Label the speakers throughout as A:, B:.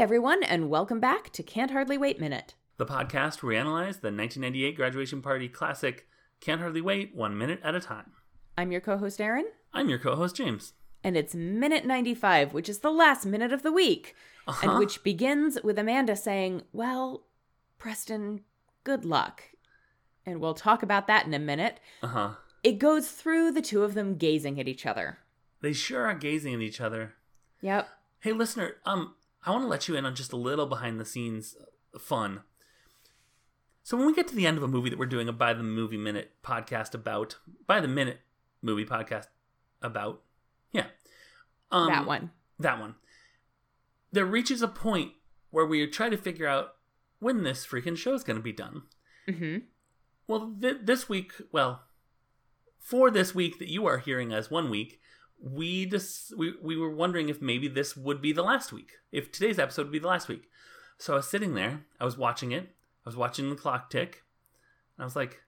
A: everyone, and welcome back to Can't Hardly Wait Minute.
B: The podcast where we analyze the 1998 graduation party classic Can't Hardly Wait One Minute at a Time.
A: I'm your co host, Erin,
B: I'm your co host, James.
A: and it's minute 95, which is the last minute of the week,
B: Uh-huh.
A: and which begins with Amanda saying, Well, Preston, good luck. And we'll talk about that in a minute.
B: Uh huh.
A: It goes through the two of them gazing at each other.
B: They sure are gazing at each other.
A: Yep.
B: Hey, listener, um, I want to let you in on just a little behind the scenes fun. So when we get to the end of a movie that we're doing a by the movie minute podcast about, by the minute movie podcast about, yeah, um,
A: that one.
B: that one. There reaches a point where we try to figure out when this freaking show is going to be done.
A: hmm
B: Well, th- this week, well, for this week that you are hearing as one week, we just we, we were wondering if maybe this would be the last week, if today's episode would be the last week. So I was sitting there, I was watching it, I was watching the clock tick, and I was like,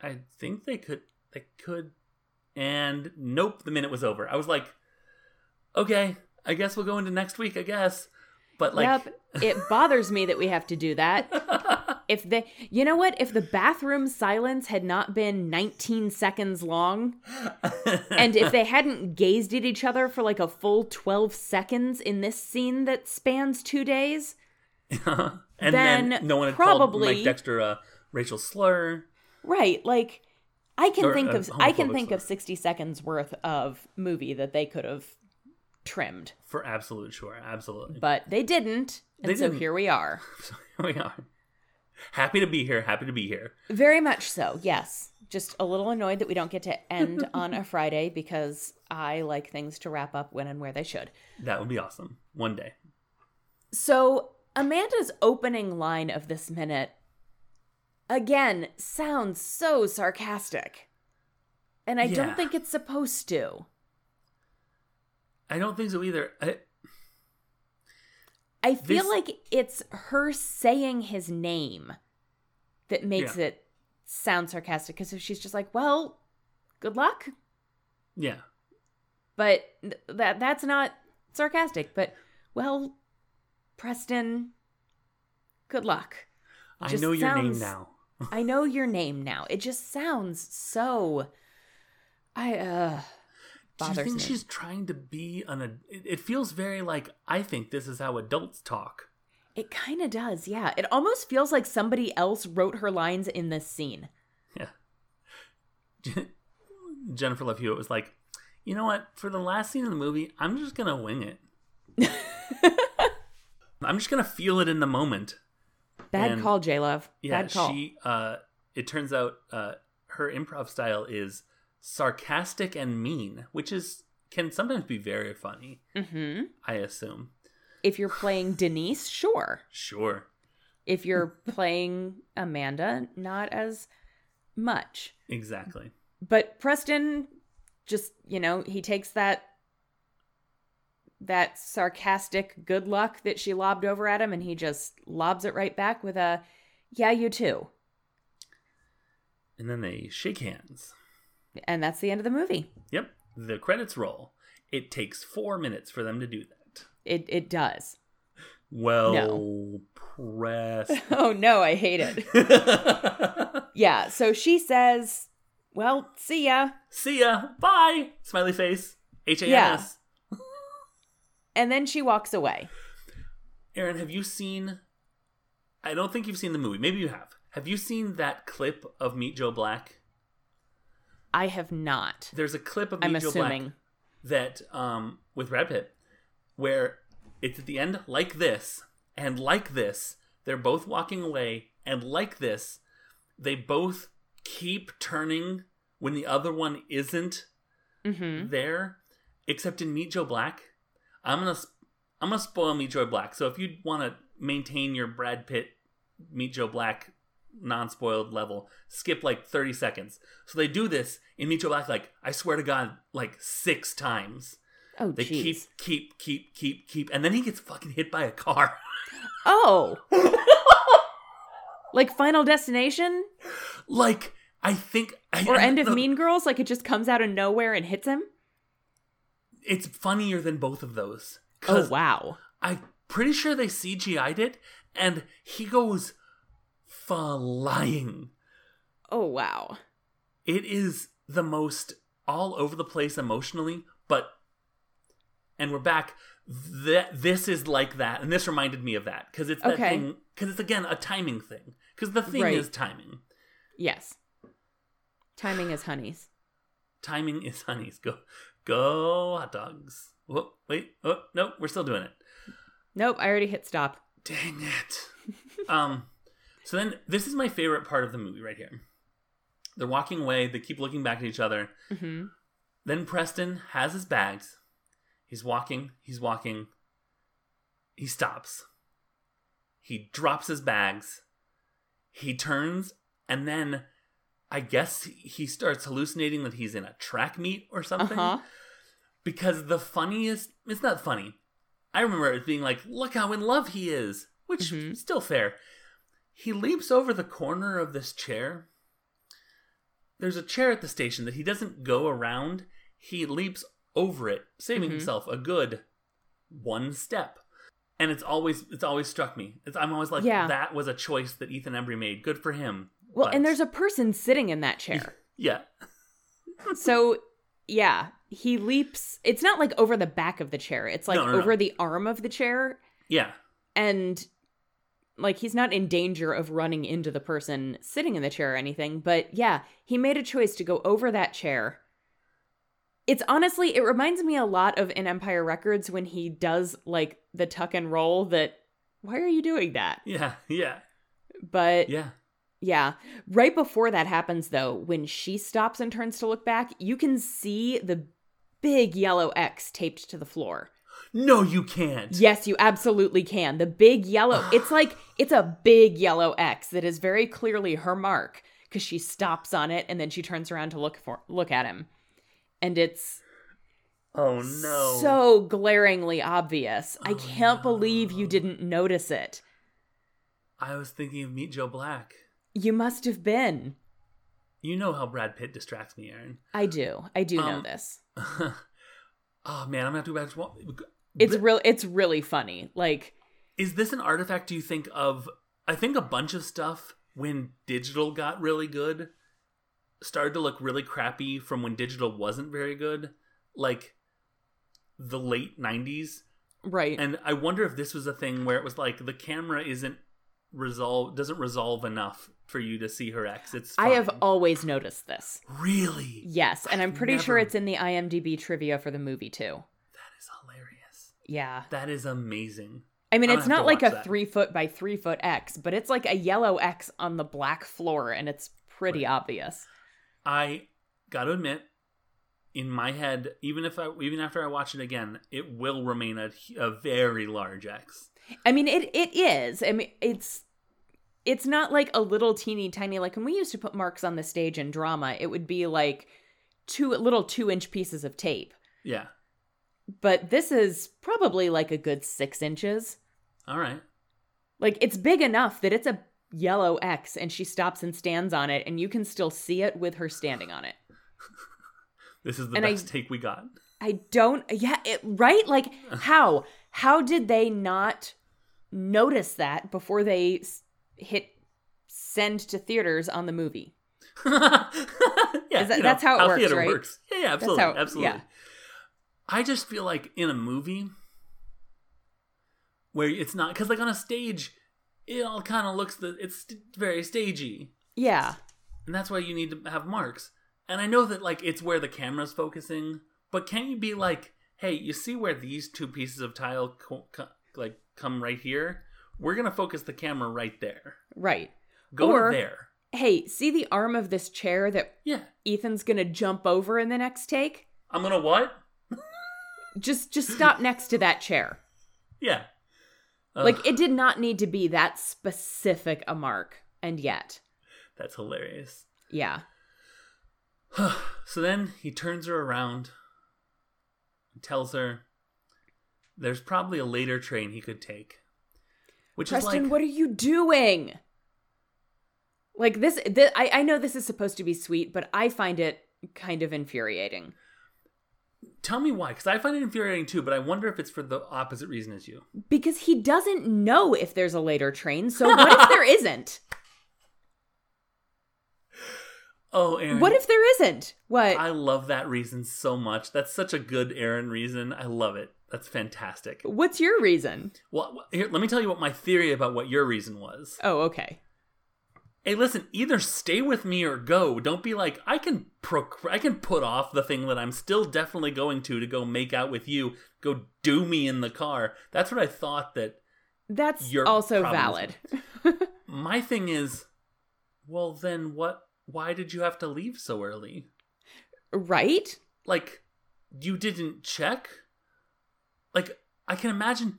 B: I think they could, they could, and nope, the minute was over. I was like, okay, I guess we'll go into next week, I guess, but like,
A: yep. It bothers me that we have to do that. If the you know what? If the bathroom silence had not been 19 seconds long, and if they hadn't gazed at each other for like a full 12 seconds in this scene that spans two days,
B: and then,
A: then
B: no one had called
A: probably-
B: Mike Dexter a racial slur.
A: right? Like, I can
B: Or,
A: think
B: uh,
A: of I can
B: homophobic
A: think of
B: slur.
A: 60 seconds worth of movie that they could have trimmed,
B: For absolute sure, absolutely.
A: but they didn't, and
B: They
A: so
B: didn't.
A: here we are.
B: So here we are. Happy to be here. Happy to be here.
A: Very much so, yes. Just a little annoyed that we don't get to end on a Friday because I like things to wrap up when and where they should.
B: That would be awesome. One day.
A: So, Amanda's opening line of this minute, again, sounds so sarcastic. And I
B: Yeah.
A: don't think it's supposed to.
B: I don't think so either. I,
A: I feel
B: This-
A: like it's her saying his name that makes
B: Yeah.
A: it sound sarcastic because if she's just like, well, good luck,
B: yeah.
A: but th- that that's not sarcastic but well preston good luck
B: I
A: Just
B: know your name
A: sounds-
B: now.
A: i know your name now it just sounds so i uh
B: Do you
A: bothers
B: think
A: me
B: she's trying to be an? ad- It it feels very like I think this is how adults talk.
A: it kind of does yeah it almost feels like somebody else wrote her lines in this scene
B: Jennifer Love Hewitt was like, you know what? For the last scene of the movie, I'm just gonna wing it. I'm just gonna feel it in the moment.
A: bad
B: And-
A: call j-love
B: Yeah,
A: bad call
B: she. Uh, it turns out uh, her improv style is sarcastic and mean, which is can sometimes be very funny.
A: hmm
B: I assume.
A: if you're playing denise sure
B: Sure.
A: if you're playing amanda not as much
B: Exactly.
A: but Preston just, you know, he takes that that sarcastic good luck that she lobbed over at him and he just lobs it right back with a yeah, you too.
B: And then they shake hands.
A: And that's the end of the movie.
B: Yep. The credits roll. It takes four minutes for them to do that.
A: It it does.
B: Well, press.
A: Oh no, I hate it. Yeah, so she says, "Well, see ya."
B: See ya. Bye. Smiley face. H A N S.
A: And then she walks away.
B: Aaron, have you seen? I don't think you've seen the movie. Maybe you have. Have you seen that clip of Meet Joe Black?
A: I have not.
B: There's a clip of Meet
A: I'm
B: Joe
A: assuming.
B: Black that um, with Brad Pitt, where it's at the end like this and like this. They're both walking away and like this. They both keep turning when the other one isn't
A: Mhm.
B: there, except in Meet Joe Black. I'm gonna sp- I'm gonna spoil Meet Joe Black. So if you want to maintain your Brad Pitt Meet Joe Black non-spoiled level, skip like 30 seconds. So they do this in Meet Joe Black like I swear to God like six times.
A: Oh
B: They
A: jeez.
B: keep keep keep keep keep, and then he gets fucking hit by a car.
A: Oh. like Final Destination?
B: like I think I,
A: or
B: I
A: end
B: don't
A: of
B: know.
A: Mean Girls, like it just comes out of nowhere and hits him.
B: It's funnier than both of those.
A: Oh
B: 'Cause
A: wow!
B: I Pretty sure they CGI'd it, and he goes flying.
A: Oh wow.
B: It is the most all over the place emotionally, but and we're back. Th- this is like that, and this reminded me of that because it's that
A: Okay.
B: thing. Because it's again a timing thing. Because the thing
A: Right.
B: is timing.
A: Yes. Timing is honeys.
B: Timing is honeys. Go, go hot dogs. Whoa, wait, oh no, we're still doing it.
A: Nope, I already hit stop.
B: Dang it. um, so then this is my favorite part of the movie right here. They're walking away. They keep looking back at each other.
A: hmm
B: Then Preston has his bags. He's walking, he's walking. He stops. He drops his bags. He turns, and then I guess he starts hallucinating that he's in a track meet or
A: Uh
B: something.
A: huh.
B: Because the funniest, it's not funny. I remember it being like, look how in love he is, which
A: Mhm.
B: is still fair. He leaps over the corner of this chair. There's a chair at the station that he doesn't go around, he leaps over it, saving
A: Mhm.
B: himself a good one step. And it's always it's always struck me. It's, I'm always like,
A: Yeah.
B: that was a choice that Ethan Embry made. Good for him.
A: Well, and
B: But-
A: there's a person sitting in that chair.
B: yeah,
A: so, yeah, he leaps. It's not like over the back of the chair, it's like
B: No, no, no.
A: over the arm of the chair.
B: yeah,
A: And, like, he's not in danger of running into the person sitting in the chair or anything. But yeah, he made a choice to go over that chair. It's honestly, it reminds me a lot of in Empire Records when he does, like, the tuck and roll that. Why are you doing that?
B: yeah, yeah,
A: But
B: yeah.
A: Yeah. Right before that happens, though, when she stops and turns to look back, you can see the big yellow X taped to the floor.
B: No, you can't.
A: Yes, you absolutely can. The big yellow, it's like, it's a big yellow X that is very clearly her mark because she stops on it and then she turns around to look for look at him. And it's
B: Oh no.
A: so glaringly obvious. I
B: Oh,
A: can't believe you
B: no.
A: didn't notice it.
B: I was thinking of Meet Joe Black.
A: You must have been.
B: You know how Brad Pitt distracts me, Aaron.
A: I do. I do know
B: Um,
A: this.
B: oh man, I'm gonna have to go back to wa-
A: It's real it's really funny. Like
B: Is this an artifact? Do you think of? I think a bunch of stuff when digital got really good started to look really crappy from when digital wasn't very good, like the late '90s.
A: Right.
B: And I wonder if this was a thing where it was like the camera isn't resolve doesn't resolve enough for you to see her ex. It's
A: I have
B: fine.
A: always noticed this.
B: really
A: Yes, and I'm
B: I've
A: pretty sure
B: never-
A: it's in the IMDb trivia for the movie too.
B: that is hilarious.
A: Yeah.
B: That is amazing.
A: I mean,
B: I'm
A: it's
B: gonna have
A: not
B: to
A: like a
B: watch that.
A: three foot by three foot X, but it's like a yellow X on the black floor, and it's pretty
B: Right.
A: obvious.
B: I got to admit, in my head, even if I even after I watch it again, it will remain a, a very large X.
A: I mean, it it is. I mean, it's it's not like a little teeny tiny like when we used to put marks on the stage in drama, it would be like two little two inch pieces of tape.
B: Yeah.
A: But this is probably like a good six inches.
B: All right.
A: Like it's big enough that it's a yellow X and she stops and stands on it and you can still see it with her standing on it.
B: This is the
A: And I-
B: best take we got.
A: I don't yeah, it right? Like how how did they not notice that before they s- hit send to theaters on the movie?
B: yeah,
A: Is that- that's how it works,
B: theater
A: right?
B: works. Yeah, yeah, absolutely,
A: how-
B: absolutely.
A: yeah.
B: I just feel like in a movie where it's not because, like, on a stage, it all kind of looks the it's st- very stagey,
A: Yeah.
B: and that's why you need to have marks. And I know that like it's where the camera's focusing, but can you be like, hey, you see where these two pieces of tile co- co- like come right here? We're gonna focus the camera right there.
A: Right.
B: Go to
A: Or-
B: there.
A: Hey, see the arm of this chair that
B: Yeah,
A: Ethan's going to jump over in the next take?
B: I'm gonna what?
A: Just just stop next to that chair.
B: Yeah. Ugh.
A: Like it did not need to be that specific a mark and yet.
B: That's hilarious.
A: Yeah.
B: so then he turns her around and tells her there's probably a later train he could take. Which
A: Preston,
B: is like
A: what are you doing? Like this, th- I, I know this is supposed to be sweet, but I find it kind of infuriating.
B: Tell me why, because I find it infuriating too, but I wonder if it's for the opposite reason as you.
A: Because he doesn't know if there's a later train, so what if there isn't?
B: Oh, Aaron.
A: What if there isn't? What?
B: I love that reason so much. That's such a good Aaron reason. I love it. That's fantastic.
A: What's your reason?
B: Well, here, let me tell you what my theory about what your reason was.
A: Oh, okay.
B: Hey, listen, either stay with me or go. Don't be like, I can proc- I can put off the thing that I'm still definitely going to to go make out with you. Go do me in the car. That's what I thought that
A: That's
B: Your
A: also valid.
B: problems. my thing is, well then what why did you have to leave so early?
A: right?
B: like you didn't check like i can imagine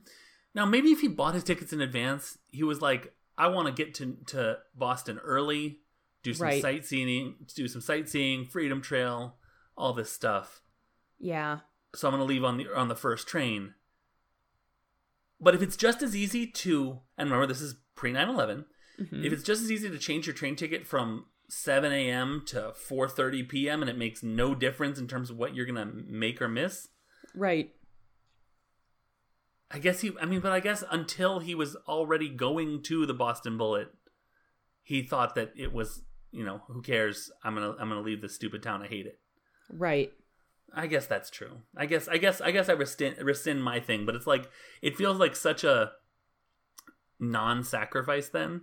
B: now maybe if he bought his tickets in advance he was like i want to get to to boston early do some
A: Right.
B: sightseeing do some sightseeing freedom trail all this stuff
A: Yeah.
B: so i'm going to leave on the on the first train but if it's just as easy to and remember this is pre 9-11
A: Mhm.
B: if it's just as easy to change your train ticket from 7 a.m. to 4:30 p.m. and it makes no difference in terms of what you're gonna make or miss,
A: right.
B: I guess he. I mean, but I guess until he was already going to the Boston Bullet, he thought that it was you know who cares? I'm gonna I'm gonna leave this stupid town. I hate it.
A: Right.
B: I guess that's true. I guess I guess I guess I rescind rescind my thing, but it's like it feels like such a non-sacrifice then.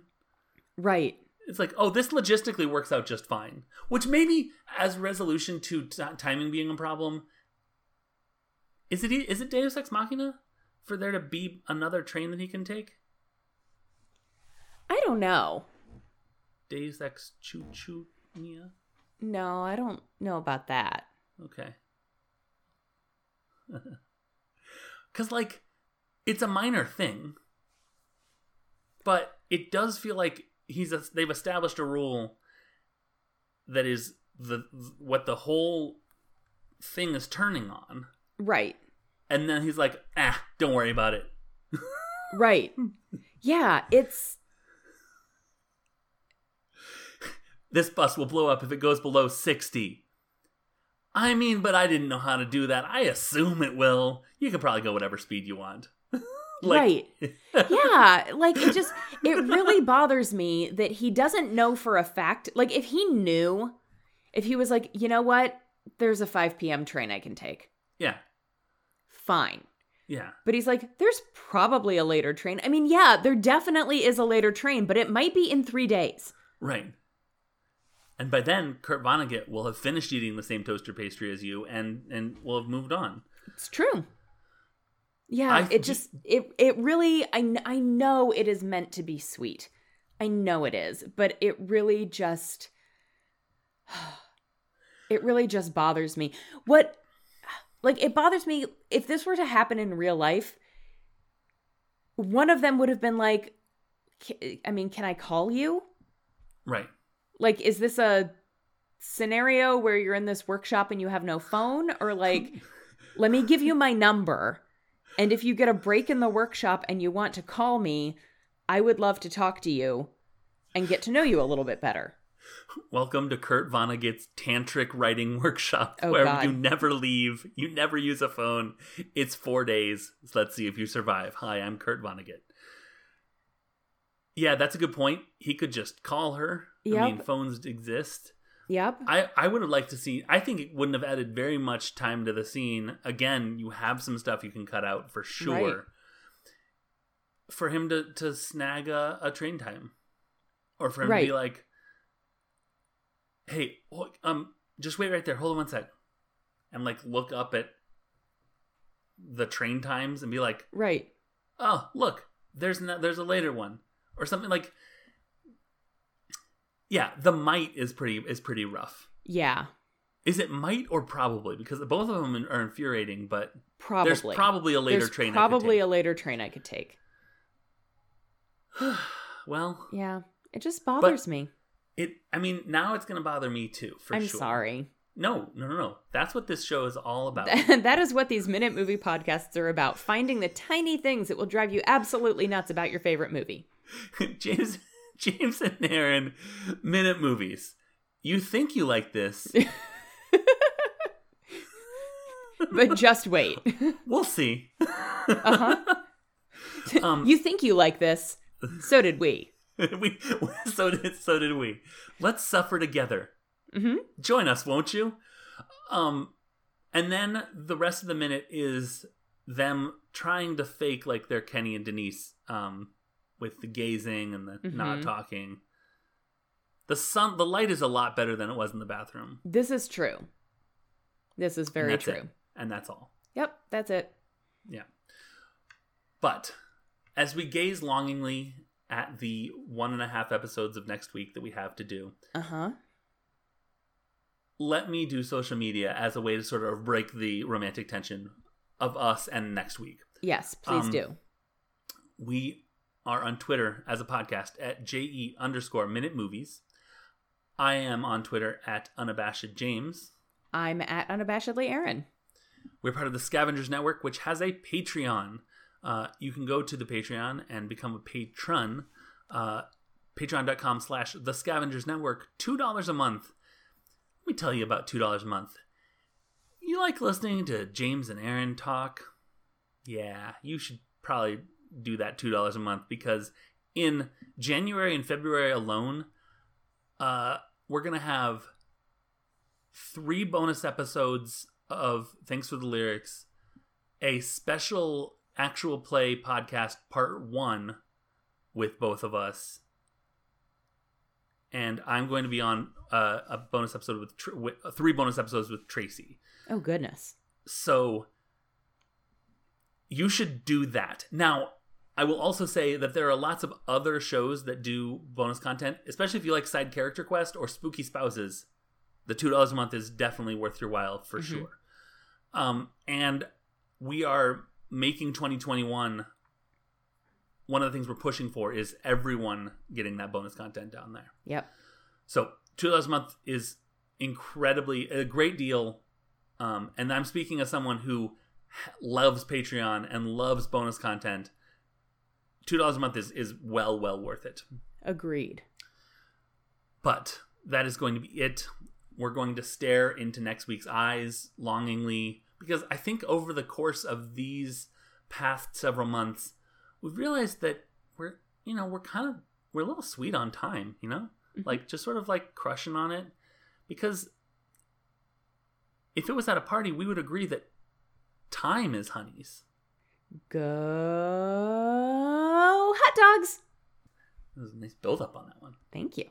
A: Right.
B: it's like oh this logistically works out just fine which maybe as resolution to t- timing being a problem is it e, is it deus ex machina for there to be another train that he can take
A: I don't know.
B: deus ex choo choo yeah
A: No, I don't know about that.
B: okay because like it's a minor thing but it does feel like he's a, they've established a rule that is the what the whole thing is turning on
A: Right.
B: and then he's like ah don't worry about it
A: Right. Yeah, it's
B: this bus will blow up if it goes below 60 i mean but i didn't know how to do that i assume it will you can probably go whatever speed you want
A: right. yeah, like it just it really bothers me that he doesn't know for a fact. Like if he knew, if he was like, "You know what? There's a 5 p.m. train I can take."
B: yeah
A: Fine.
B: yeah
A: But he's like, "There's probably a later train." I mean, yeah, there definitely is a later train, but it might be in 3 days.
B: Right. And by then, Kurt Vonnegut will have finished eating the same toaster pastry as you, and and will have moved on.
A: It's true. Yeah,
B: I-
A: it just it it really I kn- I know it is meant to be sweet. I know it is, but it really just it really just bothers me. What like it bothers me if this were to happen in real life, one of them would have been like "Ca- I mean, can I call you?
B: Right.
A: Like is this a scenario where you're in this workshop and you have no phone or like let me give you my number. And if you get a break in the workshop and you want to call me, I would love to talk to you and get to know you a little bit better.
B: Welcome to Kurt Vonnegut's tantric writing workshop,
A: Oh,
B: where
A: God.
B: you never leave, you never use a phone. It's four days. So let's see if you survive. Hi, I'm Kurt Vonnegut. Yeah, that's a good point. He could just call her. I mean,
A: Yep.
B: phones exist.
A: Yep.
B: I, I would have liked to see. I think it wouldn't have added very much time to the scene. Again, you have some stuff you can cut out for sure.
A: Right.
B: For him to to snag a, a train time, or for him to
A: Right.
B: be like, "Hey, hold- um, just wait right there. Hold on one sec," and like look up at the train times and be like,
A: Right.
B: oh look there's no, there's a later one or something like yeah the might is pretty is pretty rough
A: Yeah.
B: is it might or probably because both of them are infuriating but
A: Probably.
B: there's probably a later
A: There's
B: train
A: Probably a
B: I could
A: later train I could take.
B: take. well
A: Yeah. It just bothers me.
B: it i mean now it's gonna bother me too for
A: I'm
B: sure
A: sorry.
B: no no no no that's what this show is all about
A: that is what these minute movie podcasts are about finding the tiny things that will drive you absolutely nuts about your favorite movie.
B: James James and Aaron minute movies. You think you like this.
A: but just wait.
B: We'll see.
A: Uh-huh.
B: Um,
A: you think you like this? So did we.
B: we so did so did we. Let's suffer together.
A: Mhm.
B: Join us, won't you? Um, and then the rest of the minute is them trying to fake like they're Kenny and Denise, um, with the gazing and the not
A: Mhm.
B: talking. The sun, the light is a lot better than it was in the bathroom,
A: This is true. This is very
B: that's
A: true.
B: it. and that's all.
A: Yep, that's it.
B: But as we gaze longingly at the one and a half episodes of next week that we have to do,
A: Uh huh.
B: Uh-huh. let me do social media as a way to sort of break the romantic tension of us and next week.
A: Yes, please
B: Um,
A: do.
B: We are on Twitter as a podcast at JE underscore minute movies. I am on Twitter at unabashed James.
A: I'm at unabashedly Aaron.
B: We're part of the Scavengers Network, which has a Patreon. Uh, you can go to the Patreon and become a patron. Uh, Patreon.com slash the Scavengers Network. $2 a month. Let me tell you about $2 a month. You like listening to James and Aaron talk? Yeah, you should probably do that $2 a month because in January and February alone, uh, we're going to have three bonus episodes of Thanks for the Lyrics, a special actual play podcast part one with both of us. And I'm going to be on uh, a bonus episode with, Tr- with uh, three bonus episodes with Tracy.
A: Oh, goodness.
B: So you should do that. Now, I will also say that there are lots of other shows that do bonus content, especially if you like Side Character Quest or Spooky Spouses. The $2 a month is definitely worth your while for
A: Mhm.
B: sure. Um, and we are making 2021 one of the things we're pushing for is everyone getting that bonus content down there.
A: Yep.
B: So two dollars a month is incredibly a great deal, um, and I'm speaking as someone who h- loves Patreon and loves bonus content. Two dollars a month is is well well worth it.
A: Agreed.
B: But that is going to be it. We're going to stare into next week's eyes longingly because I think over the course of these past several months, we've realized that we're, you know, we're kind of, we're a little sweet on time, you know?
A: Mhm.
B: Like just sort of like crushing on it because if it was at a party, we would agree that time is honey's.
A: Go hot dogs.
B: There's a nice build up on that one.
A: Thank you.